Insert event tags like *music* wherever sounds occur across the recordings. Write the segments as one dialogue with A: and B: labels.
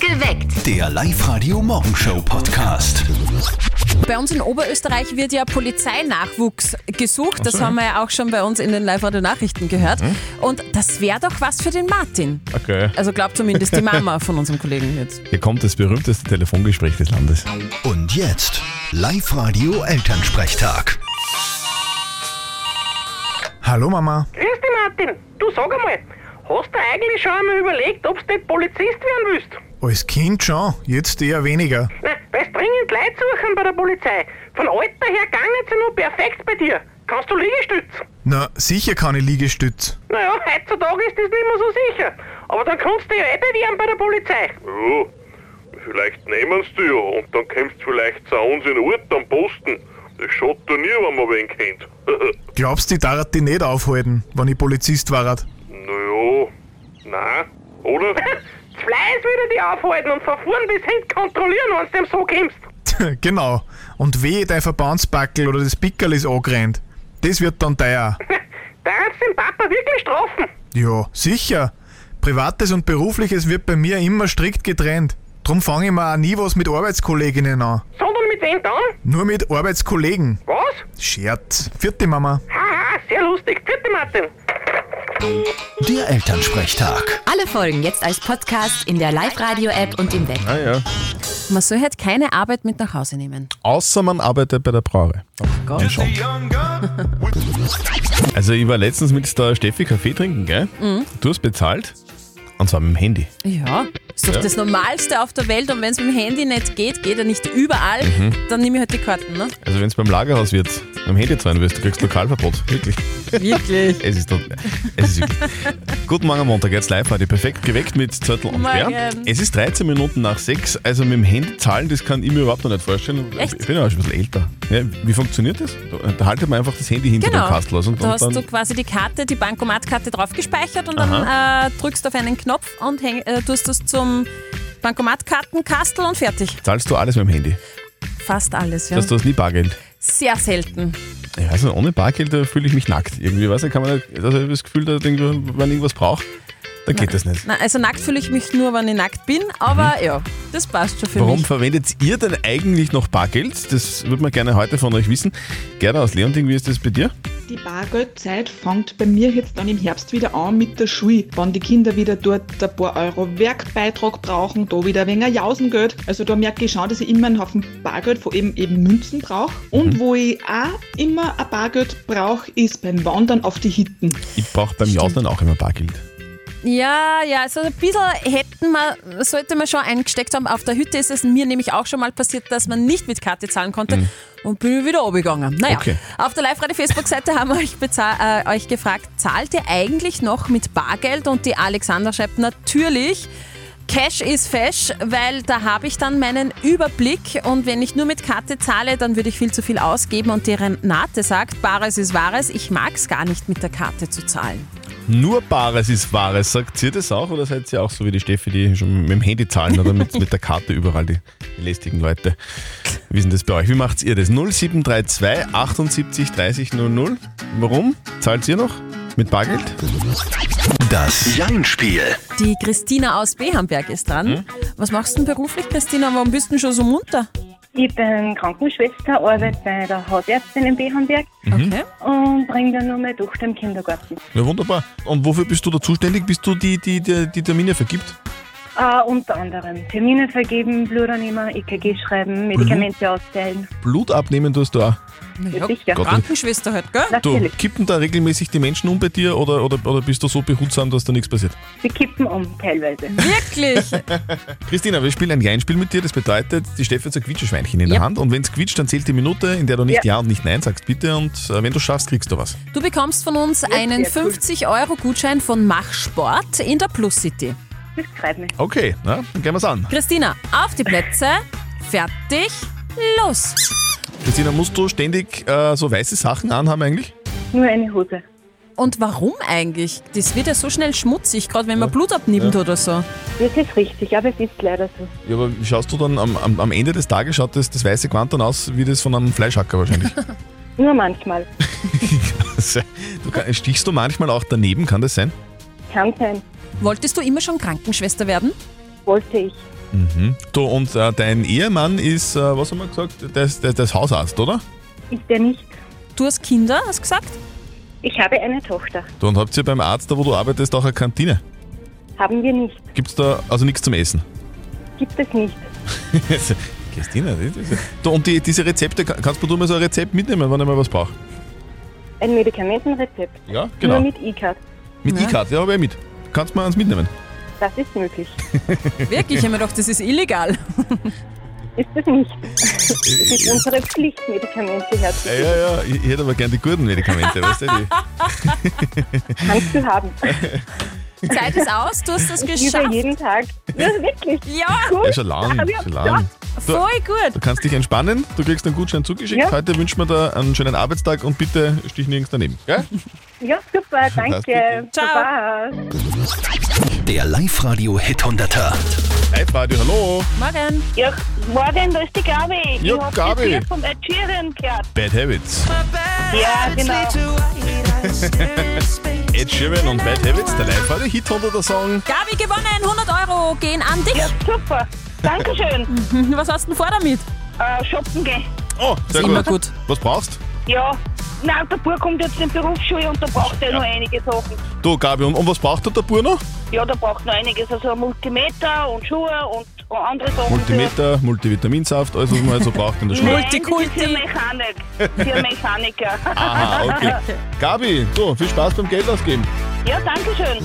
A: Geweckt.
B: Der Live-Radio-Morgenshow-Podcast.
C: Bei uns in Oberösterreich wird ja Polizeinachwuchs gesucht. Das haben wir ja auch schon bei uns in den Live-Radio-Nachrichten gehört. Und das wäre doch was für den Martin.
D: Okay.
C: Also glaubt zumindest die Mama von unserem Kollegen jetzt.
D: Hier kommt das berühmteste Telefongespräch des Landes.
B: Und jetzt Live-Radio Elternsprechtag.
E: Hallo Mama.
F: Grüß dich, Martin. Du sag einmal, hast du eigentlich schon einmal überlegt, ob du nicht Polizist werden willst?
E: Als Kind schon, jetzt eher weniger.
F: Nein, weil dringend Leute suchen bei der Polizei. Von Alter her gangen sie nur perfekt bei dir. Kannst du Liegestütz?
E: Na, sicher keine Liegestütz.
F: Naja, heutzutage ist das nicht mehr so sicher. Aber dann kannst du dich ja eh bewerben bei der Polizei. *laughs*
G: Ja, vielleicht nehmen sie dich ja und dann kommst du vielleicht zu uns in den Ort am Posten. Das schaut dir nie, wenn man wen kennt. *laughs*
E: Glaubst du, die darf die nicht aufhalten, wenn ich Polizist war? *laughs*
G: naja, nein,
H: *laughs*
G: oder?
F: Das Fleiß würde dich aufhalten und verfahren bis hin kontrollieren, wenn du dem so kommst.
E: genau. Und wehe, dein Verbandspackel oder das Pickerl ist angerannt. Das wird dann teuer.
F: Darfst den Papa wirklich strafen?
E: Ja, sicher. Privates und Berufliches wird bei mir immer strikt getrennt. Drum fange ich mir auch nie was mit Arbeitskolleginnen an.
F: Sondern mit wem dann?
E: Nur mit Arbeitskollegen.
F: Was?
E: Scherz. Vierte Mama.
F: Haha, sehr lustig. Vierte Martin.
B: Der Elternsprechtag.
I: Alle Folgen jetzt als Podcast in der Live-Radio-App und im Web.
D: Ah ja.
C: Man soll halt keine Arbeit mit nach Hause nehmen.
D: Außer man arbeitet bei der Brauerei. Ja, schon. Also ich war letztens mit der Steffi Kaffee trinken, gell? Du hast bezahlt. Und zwar mit dem Handy.
C: Ja, ist doch
D: Ja.
C: das Normalste auf der Welt. Und wenn es mit dem Handy nicht geht, geht er nicht überall, dann nehme ich halt die Karten. Ne?
D: Also wenn es beim Lagerhaus wird, mit dem Handy zahlen wirst, du kriegst Lokalverbot. Wirklich.
C: Wirklich.
D: Es ist, tot- es ist wirklich. Guten Morgen, am Montag, jetzt live heute. Perfekt geweckt mit Zettel und
C: Morgen.
D: Bär. Es ist 13 Minuten nach 6, also mit dem Handy zahlen, das kann ich mir überhaupt noch nicht vorstellen.
C: Echt?
D: Ich bin ja auch schon ein bisschen älter. Ja, wie funktioniert das? Da, da haltet man einfach das Handy hinter
C: Genau.
D: dem Kastel aus und,
C: da
D: und
C: hast
D: dann.
C: du quasi die Karte, die Bankomatkarte drauf gespeichert und dann äh, drückst auf einen Knopf und häng, äh, tust das zum Bankomatkartenkastel und fertig.
D: Zahlst du alles mit dem Handy?
C: Fast alles, ja.
D: Das heißt, du hast nie Bargeld.
C: Sehr selten.
D: Ich weiß nicht, ohne Bargeld da fühle ich mich nackt. Irgendwie, weiß nicht, kann man nicht, also ich habe das Gefühl, da, irgendwo- wenn ich irgendwas brauche, dann geht das nicht.
C: Na, also nackt fühle ich mich nur, wenn ich nackt bin, aber ja, das passt schon für
D: Mhm. Warum
C: mich.
D: verwendet ihr denn eigentlich noch Bargeld? Das würde man gerne heute von euch wissen. Gerda aus Leonding, wie ist das bei dir?
J: Die Bargeldzeit fängt bei mir jetzt dann im Herbst wieder an mit der Schule, wann die Kinder wieder dort ein paar Euro Werkbeitrag brauchen, da wieder ein wenig Jausengeld. Also da merke ich schon, dass ich immer einen Haufen Bargeld von eben, eben Münzen brauche. Und wo ich auch immer ein Bargeld brauche, ist beim Wandern auf die Hitten.
D: Ich brauche beim Jausnen auch immer Bargeld.
C: Ja, ja, also ein bisschen hätten wir, sollte man schon eingesteckt haben. Auf der Hütte ist es mir nämlich auch schon mal passiert, dass man nicht mit Karte zahlen konnte und bin wieder runtergegangen. Naja,
D: Okay.
C: auf der Live-Radio-Facebook-Seite haben wir euch, beza- äh, euch gefragt, zahlt ihr eigentlich noch mit Bargeld? Und die Alexander schreibt, natürlich. Cash ist fesch, weil da habe ich dann meinen Überblick und wenn ich nur mit Karte zahle, dann würde ich viel zu viel ausgeben und die Renate sagt, Bares ist Wahres, ich mag es gar nicht mit der Karte zu zahlen.
D: Nur Bares ist Wahres. Sagt ihr das auch oder seid ihr auch so wie die Steffi, die schon mit dem Handy zahlen oder mit, mit der Karte überall, die, die lästigen Leute? Wie ist denn das bei euch? Wie macht ihr das? 0732 78 30 00. Warum? Zahlt ihr noch? Mit Bargeld?
B: Das Jein-Spiel.
C: Die Christina aus Behamberg ist dran. Was machst du denn beruflich, Christina? Warum bist du denn schon so munter?
H: Ich bin Krankenschwester, arbeite bei der Hausärztin in Behamberg
C: Okay.
H: und bringe dann nur meine Tochter im Kindergarten.
D: Ja, wunderbar. Und wofür bist du da zuständig? Bist du die, die, die, die Termine vergibt?
H: Äh, unter anderem Termine vergeben, Blut annehmen, EKG
D: Mhm.
H: schreiben, Medikamente austeilen.
D: Blut abnehmen tust du auch.
C: Naja,
H: sicher.
D: Gott.
C: Krankenschwester halt, gell?
D: Du,
H: Natürlich,
D: kippen da regelmäßig die Menschen um bei dir oder, oder, oder bist du so behutsam, dass da nichts passiert?
H: sie kippen um teilweise.
C: Wirklich?
D: Christina, wir spielen ein Jein-Spiel mit dir. Das bedeutet, die Steffi hat so ein Quietscheschweinchen in der
C: Ja.
D: Hand und wenn es quietscht, dann zählt die Minute, in der du nicht ja. und nicht Nein sagst, bitte. Und äh, wenn du schaffst, kriegst du was.
C: Du bekommst von uns einen 50-Euro-Gutschein von Mach Sport in der Plus City.
H: Das freut mich.
D: Okay, na, dann gehen wir's an.
C: Christina, auf die Plätze, fertig, los!
D: Christina, musst du ständig äh, so weiße Sachen anhaben eigentlich?
H: Nur eine Hose.
C: Und warum eigentlich? Das wird ja so schnell schmutzig, gerade wenn man Blut abnimmt oder so.
H: Das ist richtig, aber es ist leider so.
D: Ja, aber wie schaust du dann am, am, am Ende des Tages, schaut das, das weiße Gewand dann aus wie das von einem Fleischhacker wahrscheinlich? *laughs*
H: Nur manchmal.
D: äh, du kann, stichst du manchmal auch daneben, kann das sein?
H: Kann sein.
C: Wolltest du immer schon Krankenschwester werden?
H: wollte ich.
D: Mhm. Du, und äh, dein Ehemann ist, äh, was haben wir gesagt, der ist, der, der ist Hausarzt, oder?
H: Ist er nicht.
C: Du hast Kinder, hast du gesagt?
H: Ich habe eine Tochter.
D: Du, und habt ihr beim Arzt, da wo du arbeitest, auch eine Kantine?
H: Haben wir nicht.
D: Gibt's da also nichts zum Essen?
H: Gibt es nicht.
D: Christina, das ist ja... Du, und die, diese Rezepte, ka- kannst du mal so ein Rezept mitnehmen, wenn ich mal was brauche?
H: Ein Medikamentenrezept.
D: Ja, genau.
H: Nur mit E-Card.
D: Mit E-Card, ja, habe ich mit. Kannst mal eins mitnehmen?
H: Das ist möglich.
C: Wirklich, ich habe mir gedacht, das ist
H: *laughs*
C: illegal.
H: Ist es nicht.
D: Äh,
H: Es ist unsere Pflicht, Medikamente
D: Ja,
H: herzugeben.
D: ja, ja. Ich, ich hätte aber gern die guten Medikamente, weißt du? Die, äh.
H: Kannst du haben.
C: Zeit ist aus, du hast das
H: Ich übe
C: geschafft.
H: jeden Tag. Ja, wirklich.
C: Ja,
H: Gut.
D: ja, schon lang,
H: Ja,
D: schon lang. Du,
C: voll
D: du
C: gut.
D: kannst dich entspannen, du kriegst einen Gutschein zugeschickt.
H: Ja.
D: Heute wünschen wir dir einen schönen Arbeitstag und bitte stich nirgends daneben. Gell?
H: Ja, super.
D: eh.
H: Danke.
C: Ciao.
H: Baba.
B: Der Live-Radio Hit 100er.
D: Live Radio, hallo.
C: Morgen.
H: Ja, morgen, da ist die Gabi.
D: Ja, hab das Gabi. Lied
H: vom Erzieherin gehört.
D: Bad Habits.
H: Ja, genau.
D: Ed Sheeran und Bad Habits, der Live Radio Hit 100er Song.
C: Gabi gewonnen, 100 Euro gehen an dich.
H: Super. *laughs* Dankeschön.
C: Was hast du denn vor damit?
H: äh, shoppen gehen.
D: Oh, sehr
C: immer gut.
D: Was brauchst
H: Ja. Nein, der Bub kommt jetzt in die Berufsschule und da braucht er noch einige Sachen.
D: du? Gabi, und, und was braucht der Bur noch?
H: Ja, da braucht noch einiges. Also ein Multimeter und Schuhe und andere Sachen.
D: Multimeter, Multivitaminsaft, alles was man halt so braucht in der
H: Für, *laughs*
D: Schule.
H: nein, das ist für
C: Multikulti.
H: Mechanik.
D: *laughs*
H: Für Mechaniker.
D: Aha, okay. Gabi, du, viel Spaß beim Geld ausgeben.
H: ja, Dankeschön.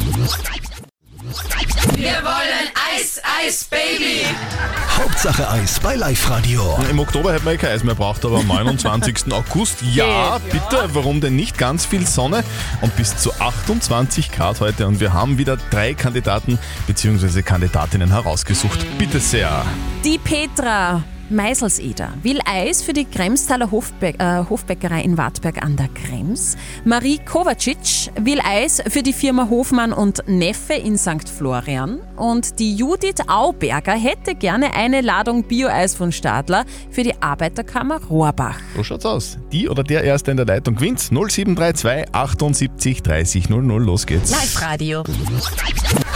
B: Hauptsache Eis bei Live-Radio.
D: Im Oktober hätten wir eh kein Eis mehr braucht, aber *laughs* am 29. August, ja, bitte, warum denn nicht? Ganz viel Sonne und bis zu 28 Grad heute. Und wir haben wieder drei Kandidaten bzw. Kandidatinnen herausgesucht. Bitte sehr.
C: Die Petra Meiselseder will Eis für die Kremstaler Hofbä äh, Hofbäckerei in Wartberg an der Krems. Marie Kovacic will Eis für die Firma Hofmann und Neffe in St. Florian. Und die Judith Auberger hätte gerne eine Ladung Bio-Eis von Stadler für die Arbeiterkammer Rohrbach.
D: So schaut's aus. Die oder der Erste in der Leitung gewinnt. 0732 78 30 00. Los geht's.
I: Live-Radio.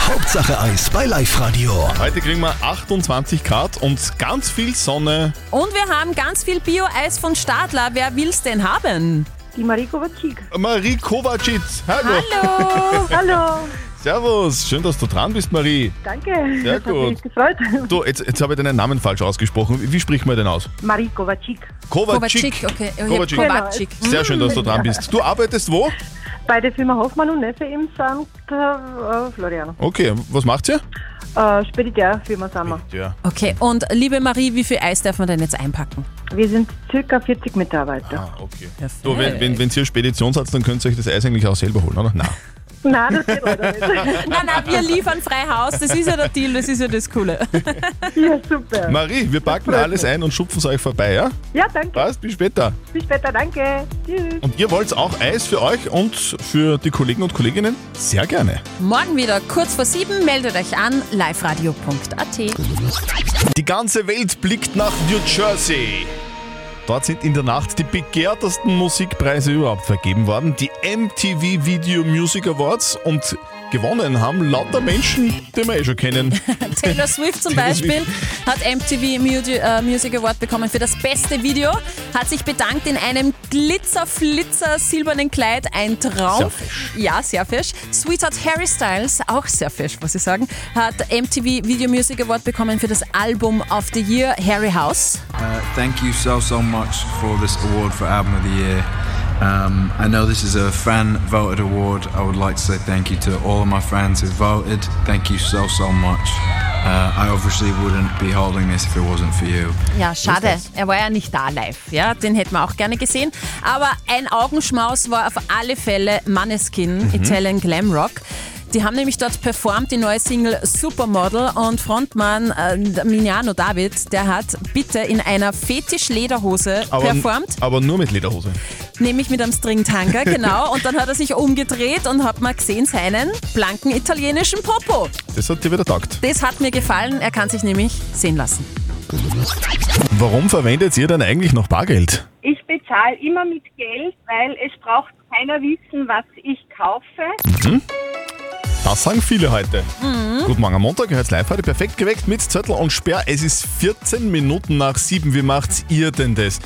B: Hauptsache Eis bei Live-Radio.
D: Heute kriegen wir 28 Grad und ganz viel Sonne.
C: Und wir haben ganz viel Bio-Eis von Stadler. Wer will's denn haben?
H: Die Marie Kovacic.
D: Marie Kovacic, hallo.
C: Hallo!
H: Hallo.
D: Servus, schön, dass du dran bist, Marie.
H: Danke.
D: Sehr
H: das Hat
D: gut.
H: mich gefreut.
D: Du, jetzt, jetzt habe ich deinen Namen falsch ausgesprochen. Wie, wie spricht man den aus?
H: Marie Kovacic.
D: Kovacic.
C: Kovacic, okay. Oh, ich hab
D: Kovacic. Genau.
C: Kovacic.
D: Sehr schön, dass du dran bist. Du arbeitest wo?
H: Bei der Firma Hoffmann und Neffe im St. Äh, Florian.
D: Okay, was macht ihr?
H: Äh, Speditärfirma sind wir.
D: Ja.
C: Okay, und liebe Marie, wie viel Eis darf man denn jetzt einpacken?
H: Wir sind circa 40 Mitarbeiter.
D: Ah, okay. Du, wenn, wenn, wenn ihr Spedition seid, dann könnt ihr euch das Eis eigentlich auch selber holen, oder? Nein.
H: *laughs* Nein, das geht leider nicht.
C: Nein, nein, Ah, wir liefern frei Haus. Das ist ja der Deal, das ist ja das Coole.
H: *laughs* ja, super.
D: Marie, wir packen alles ein und schupfen es euch vorbei, ja?
H: Ja, danke.
D: Passt, bis später.
H: Bis später. Danke. Tschüss.
D: Und ihr wollt auch Eis für euch und für die Kollegen und Kolleginnen? Sehr gerne.
C: Morgen wieder kurz vor sieben. Meldet euch an liveradio.at.
D: Die ganze Welt blickt nach New Jersey. Dort sind in der Nacht die begehrtesten Musikpreise überhaupt vergeben worden, die MTV Video Music Awards und gewonnen haben lauter Menschen, die wir eh schon kennen.
C: Taylor
D: *laughs*
C: Swift zum
D: Taylor
C: Beispiel hat MTV Mudi- äh, Music Award bekommen für das beste Video, hat sich bedankt in einem glitzerflitzer silbernen Kleid, ein Traum.
D: Sehr fesch.
C: Ja, sehr fesch. Sweetheart Harry Styles, auch sehr fesch, muss ich sagen, hat MTV Video Music Award bekommen für das Album of the Year Harry House.
A: Thank you so, so much for this award for Album of the Year. Um, I know this is a fan voted award. I would like to say thank you to all of my friends who voted. Thank you so, so much. Uh, I obviously wouldn't be holding this if it wasn't for you.
C: Ja, schade. Er war ja nicht da live. Ja, den hätten wir auch gerne gesehen. Aber ein Augenschmaus war auf alle Fälle Maneskin, Italian Glam Rock. Die haben nämlich dort performt, die neue Single Supermodel und Frontmann äh, Miniano David, der hat bitte in einer Fetisch-Lederhose performt,
D: aber nur mit Lederhose.
C: nämlich mit einem Stringtanga, genau. Und dann hat er sich umgedreht und hat mal gesehen seinen blanken italienischen Popo.
D: Das hat dir wieder taugt.
C: Das hat mir gefallen, er kann sich nämlich sehen lassen.
D: Warum verwendet ihr denn eigentlich noch Bargeld?
H: Ich bezahle immer mit Geld, weil es braucht keiner wissen, was ich kaufe.
D: Dann Das sagen viele heute.
C: Mhm.
D: Guten Morgen am Montag, ihr hört's live heute perfekt geweckt mit Zettel und Sperr. Es ist 14 Minuten nach 7. Wie macht's ihr denn das?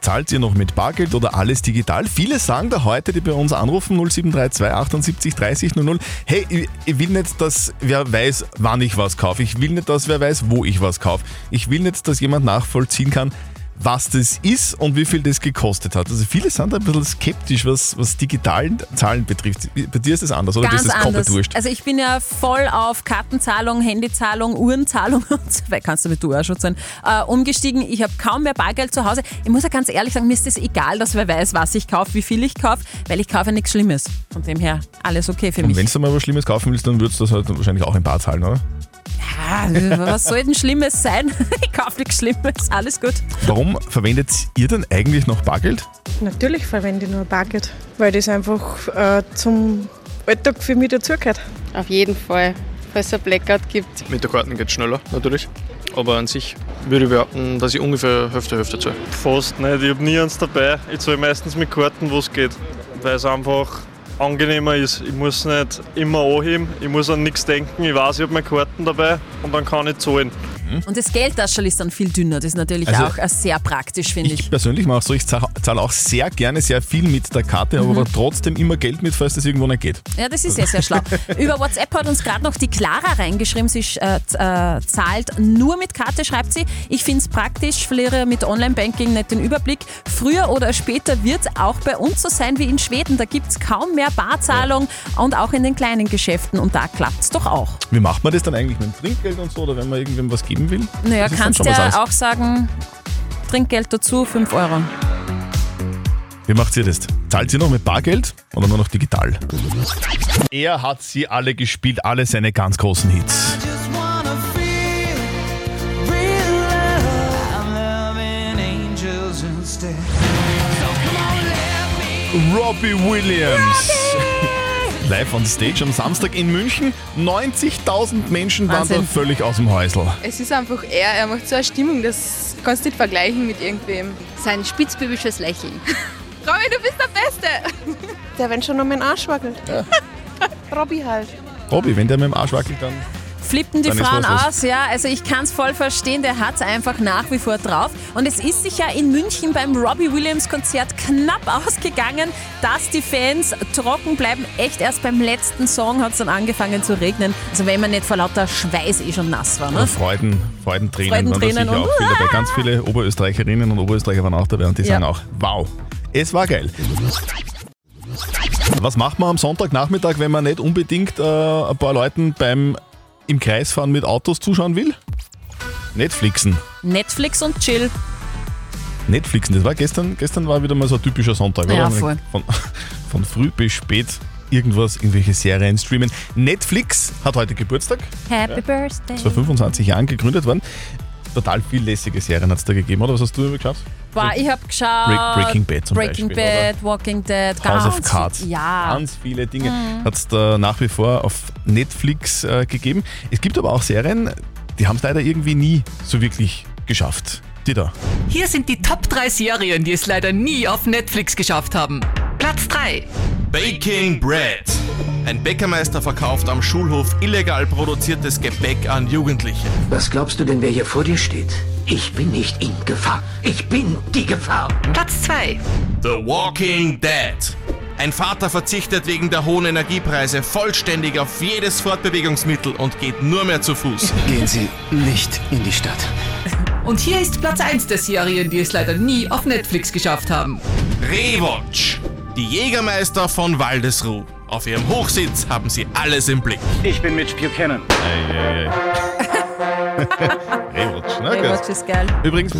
D: Zahlt ihr noch mit Bargeld oder alles digital? Viele sagen da heute, die bei uns anrufen, 0732 78 30 00, hey, ich, ich will nicht, dass wer weiß, wann ich was kaufe. Ich will nicht, dass wer weiß, wo ich was kaufe. Ich will nicht, dass jemand nachvollziehen kann, was das ist und wie viel das gekostet hat. Also viele sind ein bisschen skeptisch, was, was digitalen Zahlen betrifft. Bei dir ist das anders, oder?
C: Ganz
D: das ist komplett
C: anders.
D: wurscht.
C: Also ich bin ja voll auf Kartenzahlung, Handyzahlung, Uhrenzahlung *laughs* und so weiter. Kannst du mit du auch schon sein. Äh, umgestiegen. Ich habe kaum mehr Bargeld zu Hause. Ich muss ja ganz ehrlich sagen, mir ist es egal, dass wer weiß, was ich kaufe, wie viel ich kaufe, weil ich kaufe ja nichts Schlimmes. Von dem her alles okay für
D: Und
C: mich.
D: wenn du mal was Schlimmes kaufen willst, dann würdest du das halt wahrscheinlich auch in Bar zahlen, oder?
C: Ah, was soll denn Schlimmes sein? *laughs* Ich kaufe nichts Schlimmes. Alles gut.
D: Warum verwendet ihr denn eigentlich noch Bargeld?
K: Natürlich verwende ich nur Bargeld, weil das einfach äh, zum Alltag für mich dazugehört. Auf jeden Fall, falls es ein Blackout gibt.
L: Mit der Karten geht es schneller, natürlich. Aber an sich würde ich behaupten, dass ich ungefähr Hälfte, Hälfte zahle.
M: Fast nicht, ich habe nie eins dabei. Ich zahle meistens mit Karten, wo es geht, weil es einfach angenehmer ist. Ich muss nicht immer anheben, ich muss an nichts denken. Ich weiß, ich habe meine Karten dabei und dann kann ich zahlen.
C: Und das Geldtaschel ist dann viel dünner. Das ist natürlich
D: Also-
C: auch äh, sehr praktisch, finde ich.
D: Ich persönlich mache es so, ich zahle zahle auch sehr gerne sehr viel mit der Karte,
C: Mhm.
D: aber trotzdem immer Geld mit, falls das irgendwo nicht geht.
C: Ja, das ist sehr, sehr
D: *laughs*
C: schlau. Über WhatsApp hat uns gerade noch die Clara reingeschrieben. Sie sch- äh, z- äh, zahlt nur mit Karte, schreibt sie. Ich finde es praktisch, verliere mit Online-Banking nicht den Überblick. Früher oder später wird es auch bei uns so sein wie in Schweden. Da gibt es kaum mehr Barzahlung und auch in den kleinen Geschäften. Und da klappt es doch auch.
D: Wie macht man das dann eigentlich mit dem Trinkgeld und so oder wenn man irgendwem was geben will?
C: Naja,
D: Das ist dann
C: kannst
D: schon was anderes.
C: ja auch sagen, Trinkgeld dazu, 5 Euro.
D: Wie macht ihr das? Zahlt ihr noch mit Bargeld oder nur noch digital? Er hat sie alle gespielt, alle seine ganz großen Hits. Robbie Williams. Live on Stage am Samstag in München. 90.000 Menschen waren da
N: Wahnsinn.
D: völlig aus dem Häusl.
N: Es ist einfach er, er macht so eine Stimmung, das kannst du nicht vergleichen mit irgendwem. Sein spitzbübisches *laughs* Lächeln. Robby, du bist der Beste!
K: Der, wenn schon um meinen Arsch wackelt. Robby halt.
D: Robby, wenn der mit dem Arsch wackelt, dann.
C: flippten die
D: Dann ist
C: Frauen
D: was los.
C: aus, ja. Also ich kann es voll verstehen, der hat es einfach nach wie vor drauf. Und es ist sich ja in München beim Robbie Williams Konzert knapp *laughs* ausgegangen, dass die Fans trocken bleiben. Echt erst beim letzten Song hat es dann angefangen zu regnen. Also wenn man nicht vor lauter Schweiß eh schon nass war. Ne?
D: Und Freuden, Freudentränen waren da
C: Freudentränen
D: sicher
C: und-
D: auch viel dabei. Ganz viele Oberösterreicherinnen und Oberösterreicher waren auch dabei und die
C: Ja.
D: sagen auch, wow, es war geil. Was macht man am Sonntagnachmittag, wenn man nicht unbedingt äh, ein paar Leuten beim im Kreisfahren mit Autos zuschauen will? Netflixen.
C: Netflix und Chill.
D: Netflixen, das war gestern, gestern war wieder mal so ein typischer Sonntag,
C: Ja,
D: oder?
C: voll.
D: Von, von früh bis spät irgendwas, irgendwelche Serien streamen. Netflix hat heute Geburtstag.
C: Happy
D: Ja.
C: Birthday.
D: Ist vor 25 Jahren gegründet worden. Total viel lässige Serien hat es da gegeben, oder? Was hast du immer geschafft?
C: Boah, ich habe geschaut.
D: Break- Breaking Bad zum
C: Breaking
D: Beispiel,
C: Bad, Walking Dead,
D: House
C: ganz
D: of Cards.
C: viel- Ja.
D: Ganz viele Dinge
C: Mhm.
D: hat es da nach wie vor auf Netflix äh, gegeben. Es gibt aber auch Serien, die haben es leider irgendwie nie so wirklich geschafft. Die da.
O: Hier sind die Top 3 Serien, die es leider nie auf Netflix geschafft haben. Platz 3.
P: Baking Bread. Ein Bäckermeister verkauft am Schulhof illegal produziertes Gebäck an Jugendliche.
Q: Was glaubst du denn, wer hier vor dir steht? Ich bin nicht in Gefahr. Ich bin die Gefahr.
O: Platz 2.
P: The Walking Dead. Ein Vater verzichtet wegen der hohen Energiepreise vollständig auf jedes Fortbewegungsmittel und geht nur mehr zu Fuß.
D: *laughs*
Q: Gehen Sie nicht in die Stadt.
O: Und hier ist Platz 1 der Serien, die es leider nie auf Netflix geschafft haben.
P: Rewatch. Die Jägermeister von Waldesruh. Auf ihrem Hochsitz haben sie alles im Blick. Ich bin Mitch Buchanan.
D: Rewatch, ne?
C: Baywatch ist geil.
D: Übrigens.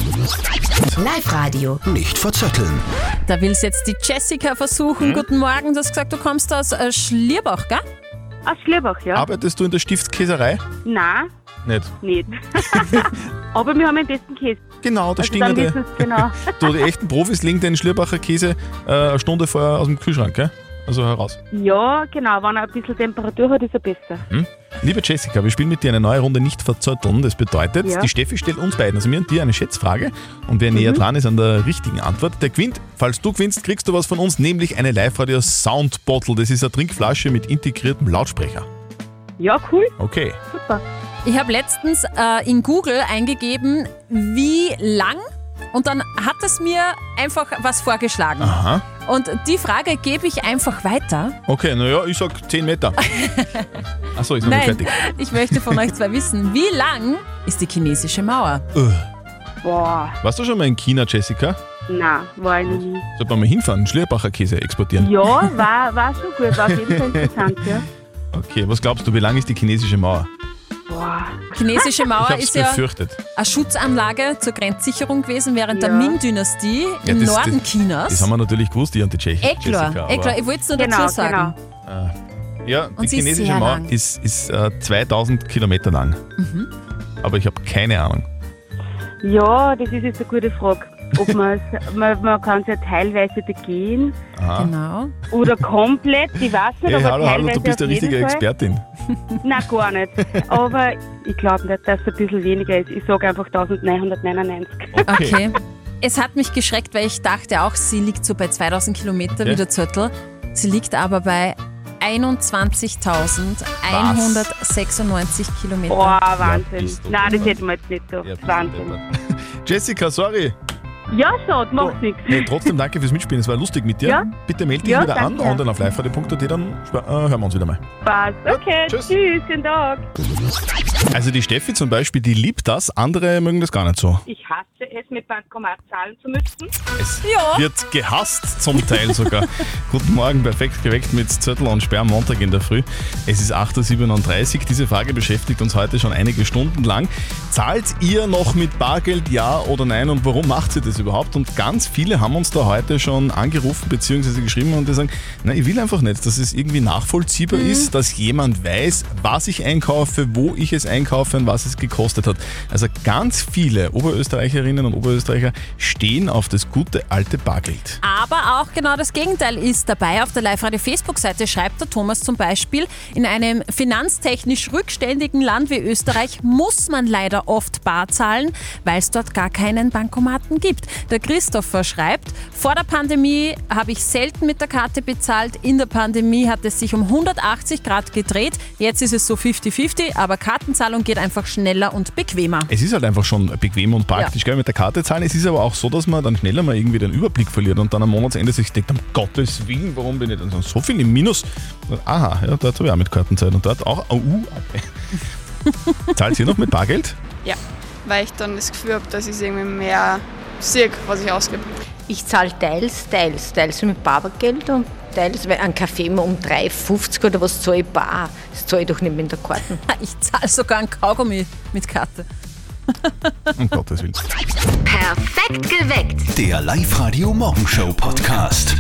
I: Live Radio.
B: Nicht verzetteln.
C: Da will es jetzt die Jessica versuchen.
D: Mhm.
C: Guten Morgen. Du hast gesagt, du kommst aus äh, Schlierbach, gell?
H: Aus Schlierbach, ja.
D: Arbeitest du in der Stiftskäserei?
H: Nein,
D: Nicht.
H: nicht. Aber wir haben den besten Käse.
D: Genau,
H: das
D: Stinger,
H: Also Dann
D: der-
H: wissen's genau.
D: Du, die echten Profis legen den Schlierbacher Käse äh, eine Stunde vorher aus dem Kühlschrank, gell? Also heraus.
H: ja, genau. Wenn er ein bisschen Temperatur hat, ist er besser.
D: Hm? Liebe Jessica, wir spielen mit dir eine neue Runde nicht verzötteln. Das bedeutet,
H: Ja.
D: die Steffi stellt uns beiden, also mir und dir, eine Schätzfrage. Und wer näher dran ist an der richtigen Antwort, der gewinnt. Falls du gewinnst, kriegst du was von uns, nämlich eine Live-Radio Sound Bottle. Das ist eine Trinkflasche mit integriertem Lautsprecher.
H: Ja, cool.
D: Okay.
H: Super.
C: Ich habe letztens äh, in Google eingegeben, wie lang und dann hat es mir einfach was vorgeschlagen.
D: Aha.
C: Und die Frage gebe ich einfach weiter.
D: Okay, naja, ich sag 10 Meter. Achso, ist noch nicht
C: Nein,
D: fertig.
C: *laughs* ich möchte von euch zwei wissen, wie lang ist die chinesische Mauer?
D: Ugh.
H: Boah,
D: Äh, Warst du schon mal in China, Jessica?
H: na, war ich noch nie.
D: Sollte man mal hinfahren, Schlierbacher Käse exportieren.
H: Ja, war, war schon gut, war auf jeden Fall interessant, ja.
D: Okay, was glaubst du, wie lang ist die chinesische Mauer? *laughs*
C: Chinesische
D: ich
C: Mauer
D: hab's
C: Ah, ist ja
D: befürchtet.
C: eine Schutzanlage zur Grenzsicherung gewesen während der Ming-Dynastie im
D: das-
C: Norden
D: das,
C: Chinas.
D: Das haben wir natürlich gewusst, die und die Tschechen. Jessica,
C: Eklar,
D: aber-
C: Eklar, ich wollte es nur
H: Genau,
C: dazu sagen.
D: Ah. Ja, die
C: Und sie ist
D: chinesische
C: sehr
D: Mauer
C: lang. Mhm.
D: ist, ist äh, 2000 Kilometer lang. Aber ich habe keine Ahnung.
H: Ja, das ist jetzt eine gute Frage. Ob man's, man man kann es ja teilweise begehen
D: Aha.
C: Genau.
H: oder komplett, ich weiß nicht,
D: Hey,
H: aber
D: hallo,
H: teilweise
D: hallo, du bist
H: auf
D: eine richtige
H: jeden Fall.
D: Expertin.
H: Nein, gar nicht. Aber ich glaube nicht, dass es ein bisschen weniger ist. Ich sage einfach 1999.
C: Okay. Es hat mich geschreckt, weil ich dachte auch, sie liegt so bei 2000 Kilometer
H: Ja.
C: wie der Zürtel. Sie liegt aber bei 21.196 Kilometer.
H: Boah,
D: Ja,
H: Wahnsinn.
D: bist du
H: Nein, das
D: deppert.
H: hätten wir jetzt nicht gedacht. Wahnsinn.
D: Jessica, sorry.
H: Ja, schade, macht nichts.
D: Hey, trotzdem danke fürs Mitspielen, es war lustig mit dir.
H: Ja.
D: Bitte melde dich
H: Ja,
D: wieder an,
H: danke.
D: online auf liveradio.at, dann spa- äh, hören wir uns wieder mal.
H: Spaß. Okay, tschüss. schönen Tag.
D: Also die Steffi zum Beispiel, die liebt das, andere mögen das gar nicht so.
H: Ich hasse es, mit Bankomat zahlen zu müssen.
D: Es
H: ja.
D: Wird gehasst zum Teil sogar. Guten Morgen, perfekt geweckt mit Zettel und Sperr am Montag in der Früh. Es ist 8.37 Uhr. Diese Frage beschäftigt uns heute schon einige Stunden lang. Zahlt ihr noch mit Bargeld ja oder nein und warum macht ihr das überhaupt? Und ganz viele haben uns da heute schon angerufen bzw. geschrieben und die sagen, na, ich will einfach nicht, dass es irgendwie nachvollziehbar ist, dass jemand weiß, was ich einkaufe, wo ich es einkaufe und was es gekostet hat. Also ganz viele Oberösterreicherinnen und Oberösterreicher stehen auf das gute alte Bargeld.
C: Aber auch genau das Gegenteil ist dabei. Auf der Live-Radio-Facebook-Seite schreibt der Thomas zum Beispiel, in einem finanztechnisch rückständigen Land wie Österreich muss man leider oft bar zahlen, weil es dort gar keinen Bankomaten gibt. Der Christopher schreibt, vor der Pandemie habe ich selten mit der Karte bezahlt, in der Pandemie hat es sich um 180 Grad gedreht, jetzt ist es so 50-50, aber Kartenzahlung geht einfach schneller und bequemer. *laughs*
D: Es ist halt einfach schon bequem und praktisch, gell, mit der Karte zahlen. Es ist aber auch so, dass man dann schneller mal irgendwie den Überblick verliert und dann am Monatsende sich denkt, um Gottes Willen, warum bin ich denn so viel im Minus? Aha, ja, dort habe ich auch mit Kartenzeit und dort auch. Oh, uh, Zahlt ihr noch mit Bargeld?
K: Ja, weil ich dann das Gefühl habe, dass ich irgendwie mehr sehe, was ich ausgebe.
R: Ich zahle teils, teils, teils mit Bargeld und teils, weil einen Kaffee immer um 3,50 oder was zahle ich bar. Das zahle ich doch nicht mit der Karte.
C: Ich zahle sogar ein Kaugummi mit Karte.
D: Um Gottes Willen.
B: Perfekt geweckt. Der Live-Radio Morgenshow Podcast.